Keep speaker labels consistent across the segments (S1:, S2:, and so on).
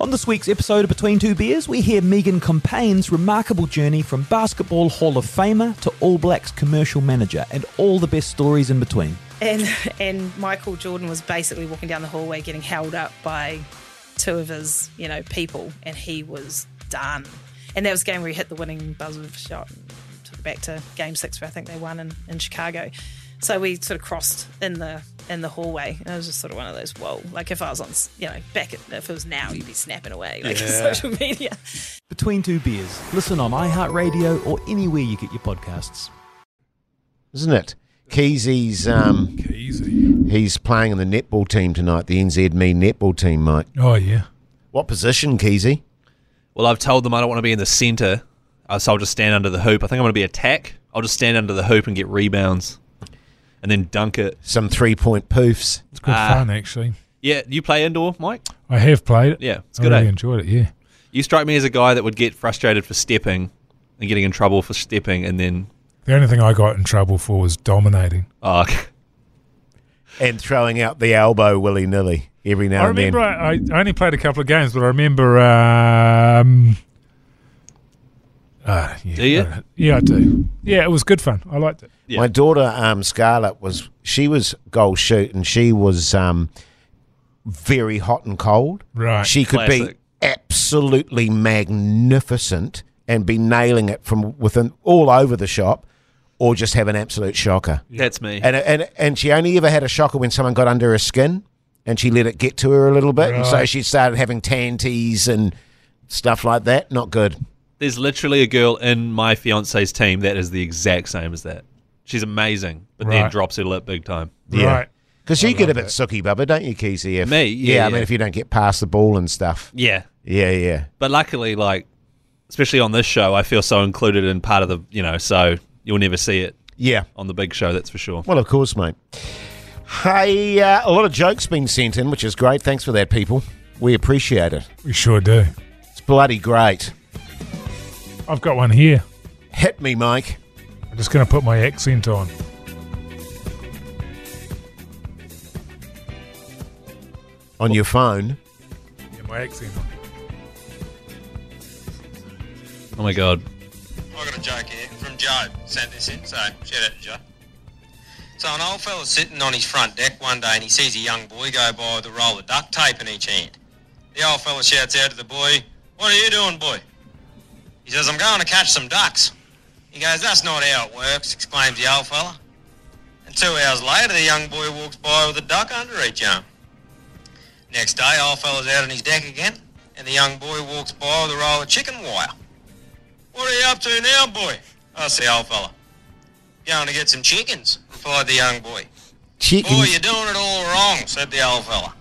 S1: On this week's episode of Between Two Beers, we hear Megan Compain's remarkable journey from Basketball Hall of Famer to All Blacks commercial manager and all the best stories in between.
S2: and and Michael Jordan was basically walking down the hallway getting held up by two of his you know people, and he was done. And that was the game where he hit the winning buzzer shot, and took it back to Game Six, where I think they won in, in Chicago. So we sort of crossed in the in the hallway, and it was just sort of one of those whoa. Like if I was on, s- you know, back at, if it was now, you'd be snapping away like social media.
S1: Between Two Beers, listen on iHeartRadio or anywhere you get your podcasts.
S3: isn't it? Keezy's um,
S4: Easy.
S3: he's playing in the netball team tonight, the NZME netball team, Mike.
S4: Oh yeah.
S3: What position, Keezy?
S5: Well, I've told them I don't want to be in the centre, uh, so I'll just stand under the hoop. I think I'm going to be attack. I'll just stand under the hoop and get rebounds, and then dunk it.
S3: Some three point poofs.
S4: It's good
S5: Ah.
S4: fun actually.
S5: Yeah, you play indoor, Mike.
S4: I have played it.
S5: Yeah, it's
S4: I
S5: good,
S4: really
S5: eh?
S4: enjoyed it. Yeah.
S5: You strike me as a guy that would get frustrated for stepping and getting in trouble for stepping, and then
S4: The only thing I got in trouble for was dominating.
S5: oh,
S3: And throwing out the elbow willy nilly every now
S4: I
S3: and
S4: remember
S3: then.
S4: I, I only played a couple of games, but I remember. Um, uh, yeah,
S5: Do you?
S4: uh, yeah, I do. Yeah, it was good fun. I liked it.
S5: Yeah.
S3: My daughter um, Scarlett was she was goal shoot and she was um, very hot and cold.
S4: Right.
S3: She could
S5: Classic.
S3: be absolutely magnificent and be nailing it from within all over the shop, or just have an absolute shocker.
S5: that's me.
S3: And and and she only ever had a shocker when someone got under her skin, and she let it get to her a little bit, and so
S4: Right.
S3: she started having tanties and stuff like that. Not good.
S5: There's literally a girl in my fiance's team that is the exact same as that. She's amazing, but then
S4: Right.
S5: drops her lip big time.
S3: Yeah.
S4: Right.
S3: Because you get a bit sooky, Bubba, don't you, Keezy? If,
S5: Me? Yeah,
S3: I mean,
S5: yeah.
S3: if you don't get past the ball and stuff.
S5: Yeah,
S3: Yeah, yeah.
S5: but luckily, like especially on this show, I feel so included in part of the you know. So you'll never see it
S3: Yeah.
S5: on the big show, that's for sure.
S3: Well, of course, mate. Hey, uh, a lot of jokes been sent in, which is great. Thanks for that, people. We appreciate it.
S4: We sure do.
S3: It's bloody great.
S4: I've got one here.
S3: Hit me, Mike.
S4: I'm just going to put my accent on.
S3: On your phone.
S4: Yeah, my accent.
S5: Oh my god.
S6: I got a joke here from Joe. Sent this in, so shout out to Joe. So an old fella's sitting on his front deck one day and he sees a young boy go by with a roll of duct tape in each hand. The old fella shouts out to the boy, What are you doing, boy? He says, I'm going to catch some ducks. He goes, That's not how it works, exclaims the old fella. And two hours later, the young boy walks by with a duck under each arm. Next day, old fella's out on his deck again, and the young boy walks by with a roll of chicken wire. What are you up to now, boy? Asked the old fella. Going to get some chickens, replied the young boy.
S3: Chicken.
S6: Boy, you're doing it all wrong, said the old fella.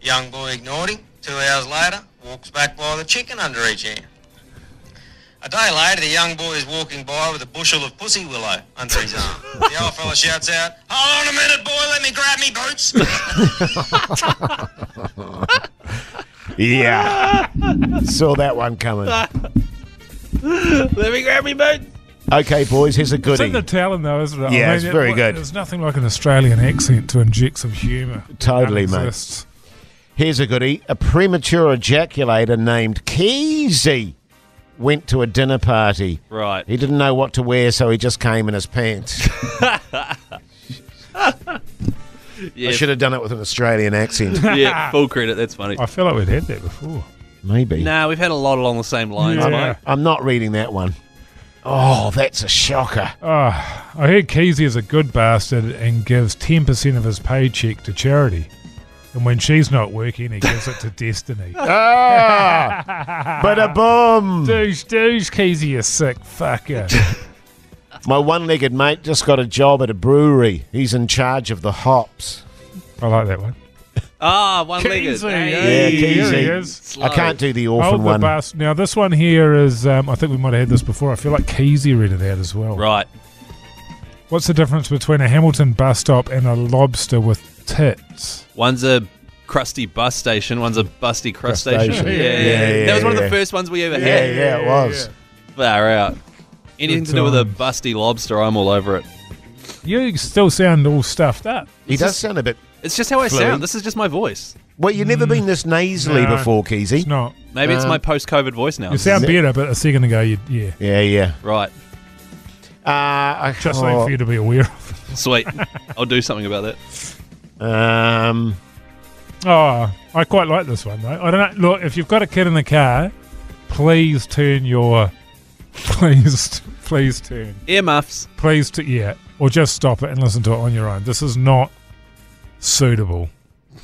S6: Young boy ignored him. Two hours later, walks back by the chicken under each hand. A day later, the young boy is walking by with a bushel of pussy willow under his arm. The old fella shouts out, Hold on a minute, boy, let me grab me boots.
S3: Yeah. Saw that one coming.
S5: Let me grab me boot.
S3: Okay, boys, here's a
S4: It's in
S3: goodie.
S4: the talent, though, isn't it?
S3: Yeah, it's very
S4: wa-
S3: good.
S4: There's nothing like an Australian accent to inject some humour.
S3: Totally,
S4: None
S3: mate.
S4: exists.
S3: Here's a goodie. A premature ejaculator named Keezy went to a dinner party.
S5: Right.
S3: He didn't know what to wear, so he just came in his pants. I
S5: Yeah,
S3: should have done it with an Australian accent.
S5: yeah, full credit. That's funny.
S4: I feel like we'd had that before.
S3: Maybe.
S5: Nah, we've had a lot along the same lines,
S4: Yeah.
S5: mate.
S3: I'm not reading that one. Oh, that's a shocker.
S4: I heard Keezy is a good bastard and gives 10% of his paycheck to charity. And when she's not working, he gives it to Destiny.
S3: Ah, but a boom.
S4: douche, douche, Keezy, you sick fucker.
S3: My one-legged mate just got a job at a brewery. He's in charge of the hops.
S4: I like that one.
S5: Ah, one legged.
S4: Keezy,
S3: Yeah,
S4: hey, Here he
S3: Keezy.
S4: is.
S3: I can't do the
S4: Oh,
S3: orphan
S4: the
S3: one.
S4: bastard. Now, this one here is, um, I think we might have had this before. I feel like Keezy read it out as well.
S5: Right.
S4: What's the difference between a Hamilton bus stop and a lobster with tits?
S5: One's a crusty bus station, one's a busty crust
S3: Crustacean.
S5: station. Yeah,
S4: Yeah,
S5: yeah,
S3: yeah,
S5: That was one of
S3: yeah.
S5: the first ones we ever
S3: Yeah,
S5: had.
S3: yeah, it was.
S5: Far out. Anything
S4: Good
S5: to do with a
S4: times.
S5: busty lobster, I'm all over it.
S4: You still sound all stuffed up.
S3: He does sound a bit.
S5: It's just how I
S3: Fluid.
S5: sound. This is just my voice.
S3: Well, you've never been this nasally
S4: Hmm. No,
S3: before, Keezy.
S4: It's not.
S5: Maybe it's
S3: Um,
S5: my post-COVID voice now.
S4: You sound better, but a second ago, you, yeah.
S3: Yeah, yeah.
S5: Right.
S3: Uh, I,
S4: Just
S3: oh,
S4: something for you to be aware of.
S5: Sweet. I'll do something about that.
S3: Um,
S4: Oh, I quite like this one though. I don't know. Look, if you've got a kid in the car, please turn your, please, please turn,
S5: Earmuffs.
S4: please to yeah, or just stop it and listen to it on your own. This is not suitable.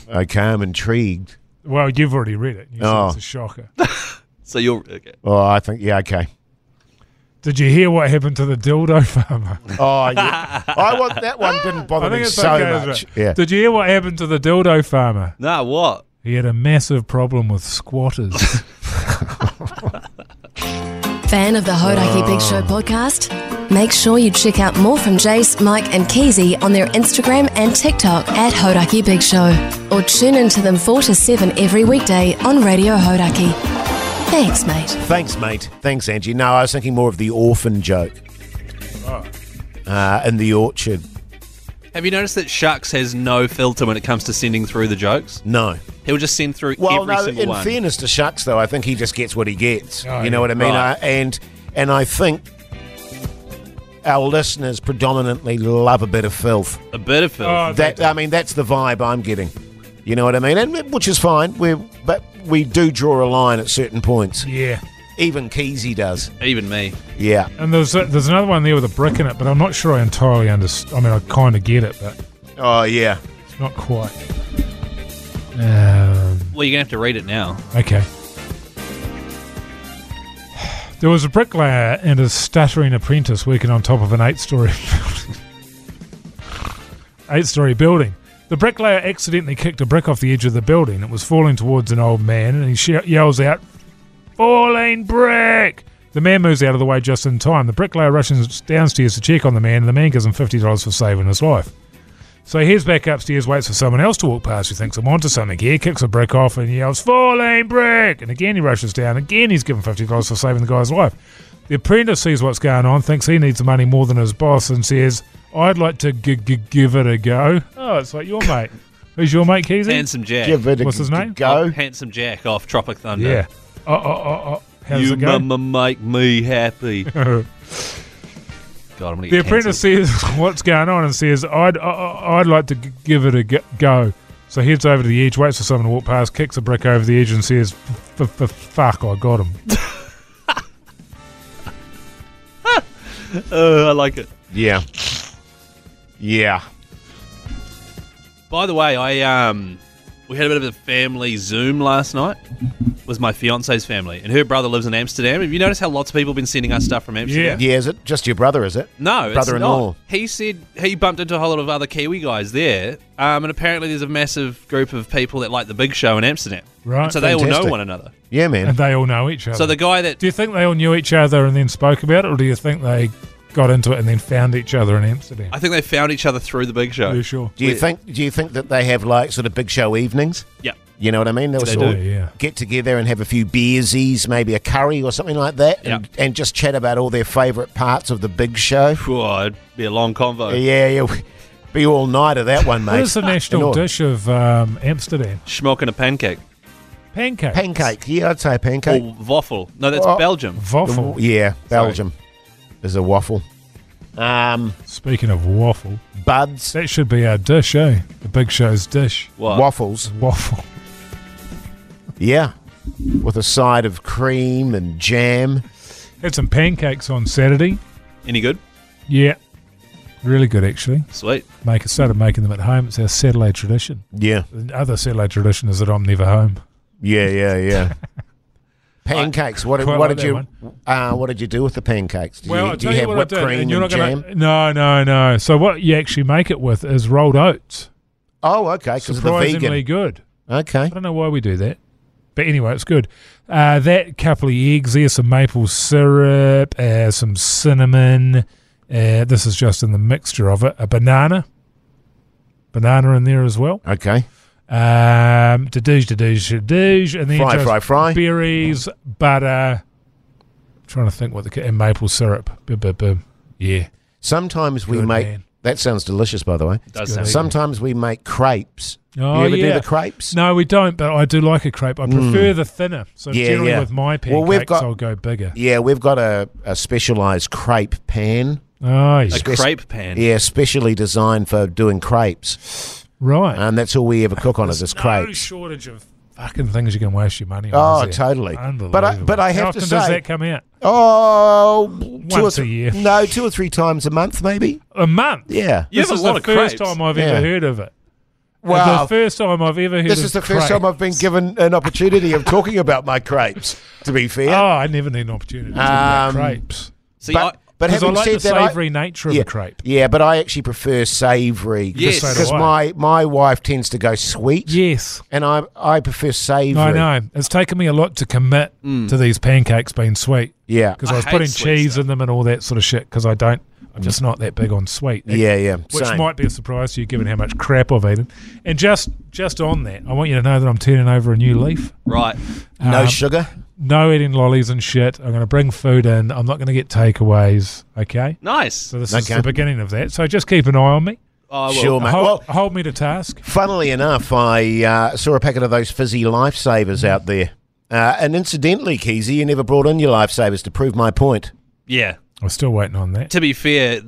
S3: okay, I'm intrigued.
S4: Well, you've already read it. You said
S3: Oh.
S4: It's a shocker.
S5: So you're okay.
S3: Oh, I think yeah, okay.
S4: Did you hear what happened to the dildo farmer?
S3: Oh, yeah. I want that one. Didn't bother me so
S4: okay, isn't
S3: much.
S4: it?
S3: Yeah.
S4: Did you hear what happened to the dildo farmer?
S5: Nah, what?
S4: He had a massive problem with squatters.
S7: Fan of the Hodaki Big Show podcast? Make sure you check out more from Jace, Mike, and Keezy on their Instagram and TikTok at Hodaki Big Show. Or tune in to them 4 to 7 every weekday on Radio Hodaki. Thanks, mate.
S3: Thanks, mate. Thanks, Angie. No, I was thinking more of the orphan joke.
S4: Oh.
S3: Uh, in the orchard.
S5: Have you noticed that Shucks has no filter when it comes to sending through the jokes?
S3: No.
S5: He'll just send through
S3: Well,
S5: every
S3: no.
S5: single
S3: In
S5: one.
S3: fairness to Shucks, though, I think he just gets what he gets.
S4: Oh,
S3: you know
S4: yeah.
S3: what I mean?
S5: Right.
S3: I, and and I think our listeners predominantly love a bit of filth.
S5: a bit of filth.
S4: Oh,
S3: That I mean, that's the vibe I'm getting. You know what I mean? And which is fine. We but we do draw a line at certain points.
S4: yeah.
S3: Even Keezy does.
S4: Oh.
S5: Even me.
S3: Yeah.
S4: And there's there's another one there with a brick in it, but I'm not sure I entirely understand. I mean, I kind of get it, but
S3: Oh yeah.
S4: it's not quite. Um,
S5: Well, you're gonna have to read it now.
S4: okay. There was a bricklayer and his stuttering apprentice working on top of an eight-story building. eight-story building. The bricklayer accidentally kicked a brick off the edge of the building. It was falling towards an old man, and he she- yells out, falling brick. The man moves out of the way just in time. The bricklayer rushes downstairs to check on the man, and the man gives him $50 for saving his life. So he heads back upstairs, waits for someone else to walk past who thinks I'm onto something here, kicks a brick off and yells, Falling brick! And again he rushes down. Again he's given $50 for saving the guy's life. The apprentice sees what's going on, thinks he needs the money more than his boss, and says, I'd like to g- g- give it a go. Oh, it's like your mate. Who's your mate, Keezy?
S5: Handsome Jack.
S3: Give it a
S4: What's his
S3: g-
S4: name?
S5: Oh,
S3: go.
S5: Handsome Jack off Tropic Thunder.
S4: Yeah. Oh, oh, oh, oh. How's
S5: you
S4: it going?
S5: mama make me happy. God, I'm gonna get
S4: The apprentice
S5: cancelled.
S4: says what's going on and says, I'd, I- I- I'd like to g- give it a g- go. So heads over to the edge, waits for someone to walk past, kicks a brick over the edge and says, "F- f- f- fuck, I got him.
S5: Uh, I like it.
S3: Yeah. Yeah.
S5: By the way, I um, we had a bit of a family Zoom last night. It was my fiance's family, and her brother lives in Amsterdam. Have you noticed how lots of people have been sending us stuff from Amsterdam?
S3: Yeah, is it just your brother? Is it?
S5: No, it's
S3: Brother-in-law.
S5: not. He said he bumped into a whole lot of other Kiwi guys there, um, and apparently there's a massive group of people that like the Big Show in Amsterdam.
S4: Right.
S5: And so they all
S3: Fantastic.
S5: know one another.
S3: Yeah,
S4: And
S3: man.
S4: they all know each other.
S5: So the guy that
S4: do you think they all knew each other and then spoke about it, or do you think they got into it and then found each other in Amsterdam?
S5: I think they found each other through the Big Show.
S4: you sure?
S3: Do you think? Do you think that they have like sort of big show evenings?
S5: Yeah.
S3: You know what I mean? They'll
S5: They
S3: sort
S4: do,
S3: of
S4: yeah.
S3: get together and have a few beersies, maybe a curry or something like that, and, and just chat about all their favourite parts of the big show.
S5: Phew, oh, it'd be a long convo.
S3: Yeah, yeah. we- Be all night of that one, mate.
S4: What is the national
S3: Enormous.
S4: dish of um, Amsterdam?
S5: Schmock and a pancake.
S4: Pancakes.
S3: Pancake. Yeah, I'd say pancake.
S5: Or waffle. No, that's
S3: Well-
S5: Belgium.
S4: Waffle.
S3: Yeah, Belgium is a waffle. Um,
S4: Speaking of waffle,
S3: buds,
S4: that should be our dish, eh? The big show's dish.
S5: What?
S3: waffles.
S4: Waffle.
S3: Yeah, with a side of cream and jam.
S4: Had some pancakes on Saturday.
S5: Any good?
S4: Yeah. Really good, actually.
S5: Sweet.
S4: Make started making them at home. It's our Saturday tradition.
S3: Yeah,
S4: The other Saturday tradition is that I'm never home.
S3: yeah, yeah, yeah. pancakes. What,
S4: Quite
S3: what
S4: like
S3: did you? Uh, what did you do with the pancakes? Did you, do you have whipped cream and jam?
S4: gonna. No, no, no. So what you actually make it with is rolled oats.
S3: Oh, okay, because of the
S4: Surprisingly
S3: vegan.
S4: good.
S3: Okay.
S4: I don't know why we do that, but anyway, it's good. Uh, that couple of eggs there, some maple syrup, uh, some cinnamon. Uh, this is just in the mixture of it. A banana, banana in there as well.
S3: Okay.
S4: Um, dadoosh, dadoosh, dadoosh, and then
S3: Fry,
S4: just
S3: fry, fry.
S4: berries, butter. trying to think what the ca- and maple syrup. Bim, bim, bim. Yeah,
S3: Sometimes we
S4: Good
S3: make
S4: man.
S3: That sounds delicious, by the way.
S5: Does sound
S3: Sometimes we make crepes.
S4: Oh,
S3: you ever
S4: yeah.
S3: do the crepes? Hmm.
S4: No, we don't, but I do like a crepe. I prefer the thinner. So
S3: Yeah,
S4: generally
S3: yeah.
S4: with my pancakes,
S3: Well, we've got-
S4: I'll go bigger.
S3: Yeah, we've got a, a specialised crepe pan.
S4: Oh, yeah.
S5: A crepe pan.
S3: Yeah, specially designed for doing crepes.
S4: right.
S3: And that's all we ever cook on is this
S4: No
S3: Uh, crepes.
S4: shortage of fucking things you can waste your money
S3: Oh,
S4: on. is there?
S3: totally.
S4: Unbelievable.
S3: But I- but I
S4: How
S3: have to
S4: often does
S3: say-
S4: that come out?
S3: Oh, two or
S4: Once a
S3: three,
S4: year.
S3: No, two or three times a month, maybe.
S4: A month.
S3: Yeah.
S5: You
S4: this
S5: have a
S4: is
S5: lot
S4: the
S5: of
S4: first
S5: crepes.
S4: time I've
S3: Yeah.
S4: ever heard of it.
S3: Wow.
S4: the first time I've ever heard.
S3: This
S4: of
S3: is the first
S4: crepe.
S3: time I've been given an opportunity of talking about my crepes, to be fair.
S4: Oh, I never need an opportunity to talk about
S3: Um,
S4: crepes
S5: See,
S3: but,
S5: I,
S3: but
S4: because I
S3: having
S4: like
S3: said
S4: the
S3: that, I-
S4: savoury nature of
S3: yeah,
S4: a crepe.
S3: Yeah, but I actually prefer savoury.
S5: Yes. So do
S3: Because
S4: I.
S3: my, my wife tends to go sweet,
S4: Yes,
S3: and I, I prefer savoury.
S4: I know. It's taken me a lot to commit
S3: Mm.
S4: to these pancakes being sweet
S3: Yeah.
S4: because
S5: I
S4: I, was
S5: hate
S4: putting
S5: sweet
S4: cheese
S5: stuff.
S4: in them and all that sort of shit because I don't. I'm just not that big on sweet.
S3: Yeah, yeah.
S4: which
S3: same.
S4: might be a surprise to you given how much crap I've eaten. And just just on that, I want you to know that I'm turning over a new leaf.
S5: right.
S3: no
S4: um,
S3: sugar.
S4: No eating lollies and shit. I'm going to bring food in. I'm not going to get takeaways. Okay.
S5: Nice.
S4: So this is
S3: Okay.
S4: the beginning of that. So just keep an eye on me.
S5: Oh, well,
S3: Sure, mate.
S4: Hold,
S3: Well,
S4: hold me to task.
S3: funnily enough, I uh, saw a packet of those fizzy lifesavers out there. Uh, and incidentally, Keezy, you never brought in your lifesavers to prove my point.
S5: Yeah.
S4: I'm still waiting on that.
S5: To be fair,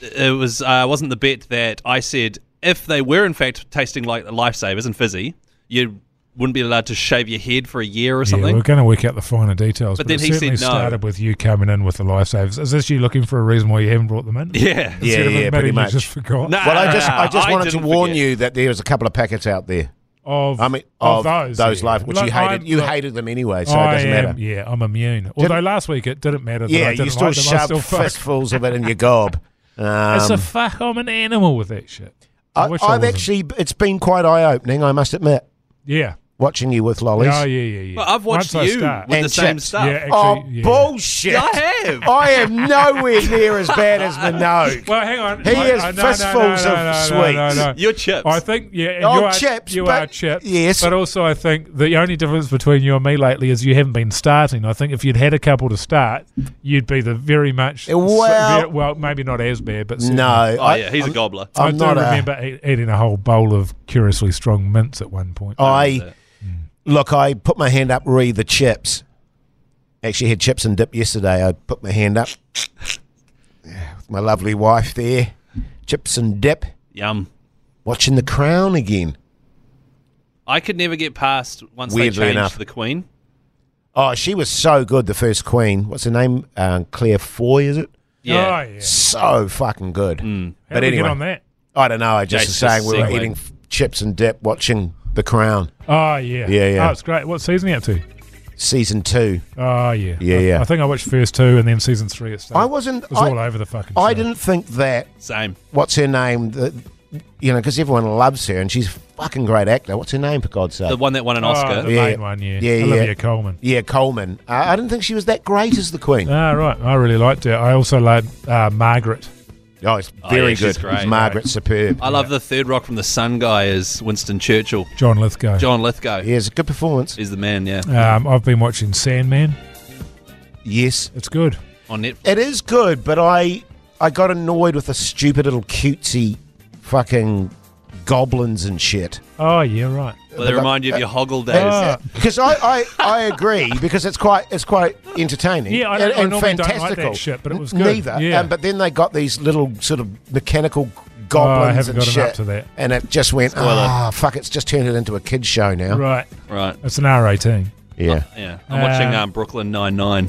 S5: it was uh, wasn't the bet that I said if they were in fact tasting like lifesavers and fizzy, you wouldn't be allowed to shave your head for a year or
S4: Yeah,
S5: something.
S4: we're going to work out the finer details.
S5: But
S4: But,
S5: then
S4: it
S5: he said
S4: certainly
S5: no.
S4: started with you coming in with the lifesavers. Is this you looking for a reason why you haven't brought them in?
S5: Yeah.
S3: Yeah,
S4: Instead of
S3: yeah,
S4: admitting
S3: pretty
S4: you
S3: much.
S4: just forgot
S5: Nah,
S3: Well, I just I just wanted to
S5: didn't
S3: warn
S5: forget.
S3: you that there was a couple of packets out there.
S4: of,
S3: I mean, of,
S4: those.
S3: those,
S4: yeah.
S3: life, which
S4: Look,
S3: you hated.
S4: I'm-
S3: you
S4: look,
S3: hated them anyway, so
S4: I
S3: it doesn't
S4: am,
S3: matter.
S4: Yeah, I'm immune. Although last week it didn't matter. That I
S3: Yeah,
S4: didn't
S3: you still
S4: like them. I
S3: shoved
S4: still fuck.
S3: fistfuls of it in your gob. Um,
S4: It's a fuck. I'm an animal with that shit. I,
S3: I,
S4: wish I
S3: I've
S4: wasn't.
S3: actually, it's been quite eye opening, I must admit,
S4: Yeah.
S3: watching you with lollies.
S4: Oh yeah, yeah, yeah.
S5: Well, I've
S4: Once
S5: watched
S4: I
S5: you with
S4: start-
S5: the
S3: And
S5: same
S3: chips.
S5: stuff.
S4: Yeah, actually,
S3: Eh, oh,
S4: yeah.
S3: bullshit!
S5: I have.
S3: I am nowhere near as bad as Minogue.
S4: Well, hang on.
S3: He has fistfuls of sweets.
S5: Your chips.
S4: I think yeah, and
S3: Oh,
S4: you are
S3: chips,
S4: You
S3: but-
S4: are chips.
S3: yes.
S4: but also I think the only difference between you and me lately is you haven't been starting. I think if you'd had a couple to start, you'd be the very much
S3: Uh, well-
S4: very- well, maybe not as bad, but certainly-
S3: No,
S5: oh
S3: I,
S5: yeah, he's a gobbler.
S4: I
S3: I'm
S4: do
S3: not a-
S4: remember e- eating a whole bowl of curiously strong mints at one point.
S3: Oh,
S4: Oh,
S3: I
S4: Mm.
S3: look. I put my hand up. Re the chips. Actually, had chips and dip yesterday. I put my hand up. Yeah, with my lovely wife there. Chips and dip.
S5: Yum.
S3: Watching The Crown again.
S5: I could never get past once
S3: Weirdly
S5: they changed
S3: enough.
S5: the Queen.
S3: Oh, she was so good. The first Queen. What's her name? Uh, Claire Foy, is it?
S5: Yeah.
S4: Oh, yeah.
S3: So fucking good.
S4: How did we get on that?
S3: I don't know. I just
S5: Yeah,
S3: was
S5: it's just
S3: saying we were
S5: segue.
S3: eating f- chips and dip, watching The Crown
S4: Oh yeah,
S3: Yeah, yeah.
S4: Oh, it's great. What season are you up to?
S3: season two.
S4: Oh yeah,
S3: Yeah,
S4: I,
S3: yeah.
S4: I think I watched first two and then season three. It started.
S3: I wasn't.
S4: It was
S3: I,
S4: all over the fucking.
S3: I
S4: show.
S3: didn't think that
S5: Same.
S3: what's her name? The, you know, because everyone loves her and she's a fucking great actor. What's her name, for God's sake?
S5: The one that won an
S4: Oh,
S5: Oscar.
S4: the
S3: Yeah.
S4: main one, yeah,
S3: Yeah, yeah.
S4: Olivia Coleman.
S3: yeah, Coleman. Uh, I didn't think she was that great as the Queen.
S4: Ah, right. I really liked it. I also liked uh, Margaret.
S3: oh, it's
S5: Oh,
S3: very
S5: yeah, she's
S3: good.
S5: great.
S3: It's Margaret, superb.
S5: I love the third rock from the sun guy is Winston Churchill.
S4: John Lithgow.
S5: John Lithgow
S3: yeah, it's a good performance.
S5: is the man, yeah,
S4: Um, I've been watching Sandman.
S3: Yes,
S4: It's good.
S5: on Netflix.
S3: it is good, but I I got annoyed with the stupid little cutesy fucking goblins and shit.
S4: Oh yeah, right.
S5: Well, they remind you of your Hoggle days.
S4: Ah.
S3: Because I, I, I agree because it's quite it's quite entertaining
S4: Yeah, I
S3: and,
S4: don't- I
S3: and
S4: normally don't like that
S3: fantastical
S4: shit, but it
S3: N-
S4: was good.
S3: Neither,
S4: Yeah.
S3: um, but then they got these little sort of mechanical
S4: Oh, I
S3: goblins
S4: haven't
S3: and
S4: gotten
S3: shit,
S4: up to that.
S3: and it just went ah fuck, it's just turned it into a kids show now.
S4: Right.
S5: Right.
S4: It's an R eighteen.
S3: Yeah,
S5: Yeah. I'm watching
S4: Uh,
S5: um, Brooklyn Nine Nine.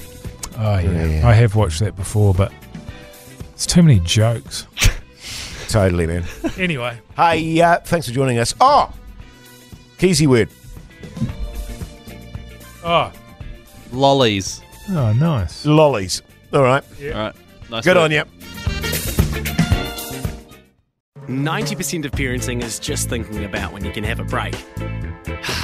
S4: Oh yeah.
S3: Yeah.
S4: I have watched that before, but it's too many jokes.
S3: totally, man.
S4: anyway,
S3: hey, uh, thanks for joining us. Oh, Keezy word.
S4: oh,
S5: Lollies.
S4: oh, nice.
S3: Lollies. All right.
S5: All right. Nice
S3: Good
S5: work.
S3: on you.
S8: 90% of parenting is just thinking about when you can have a break.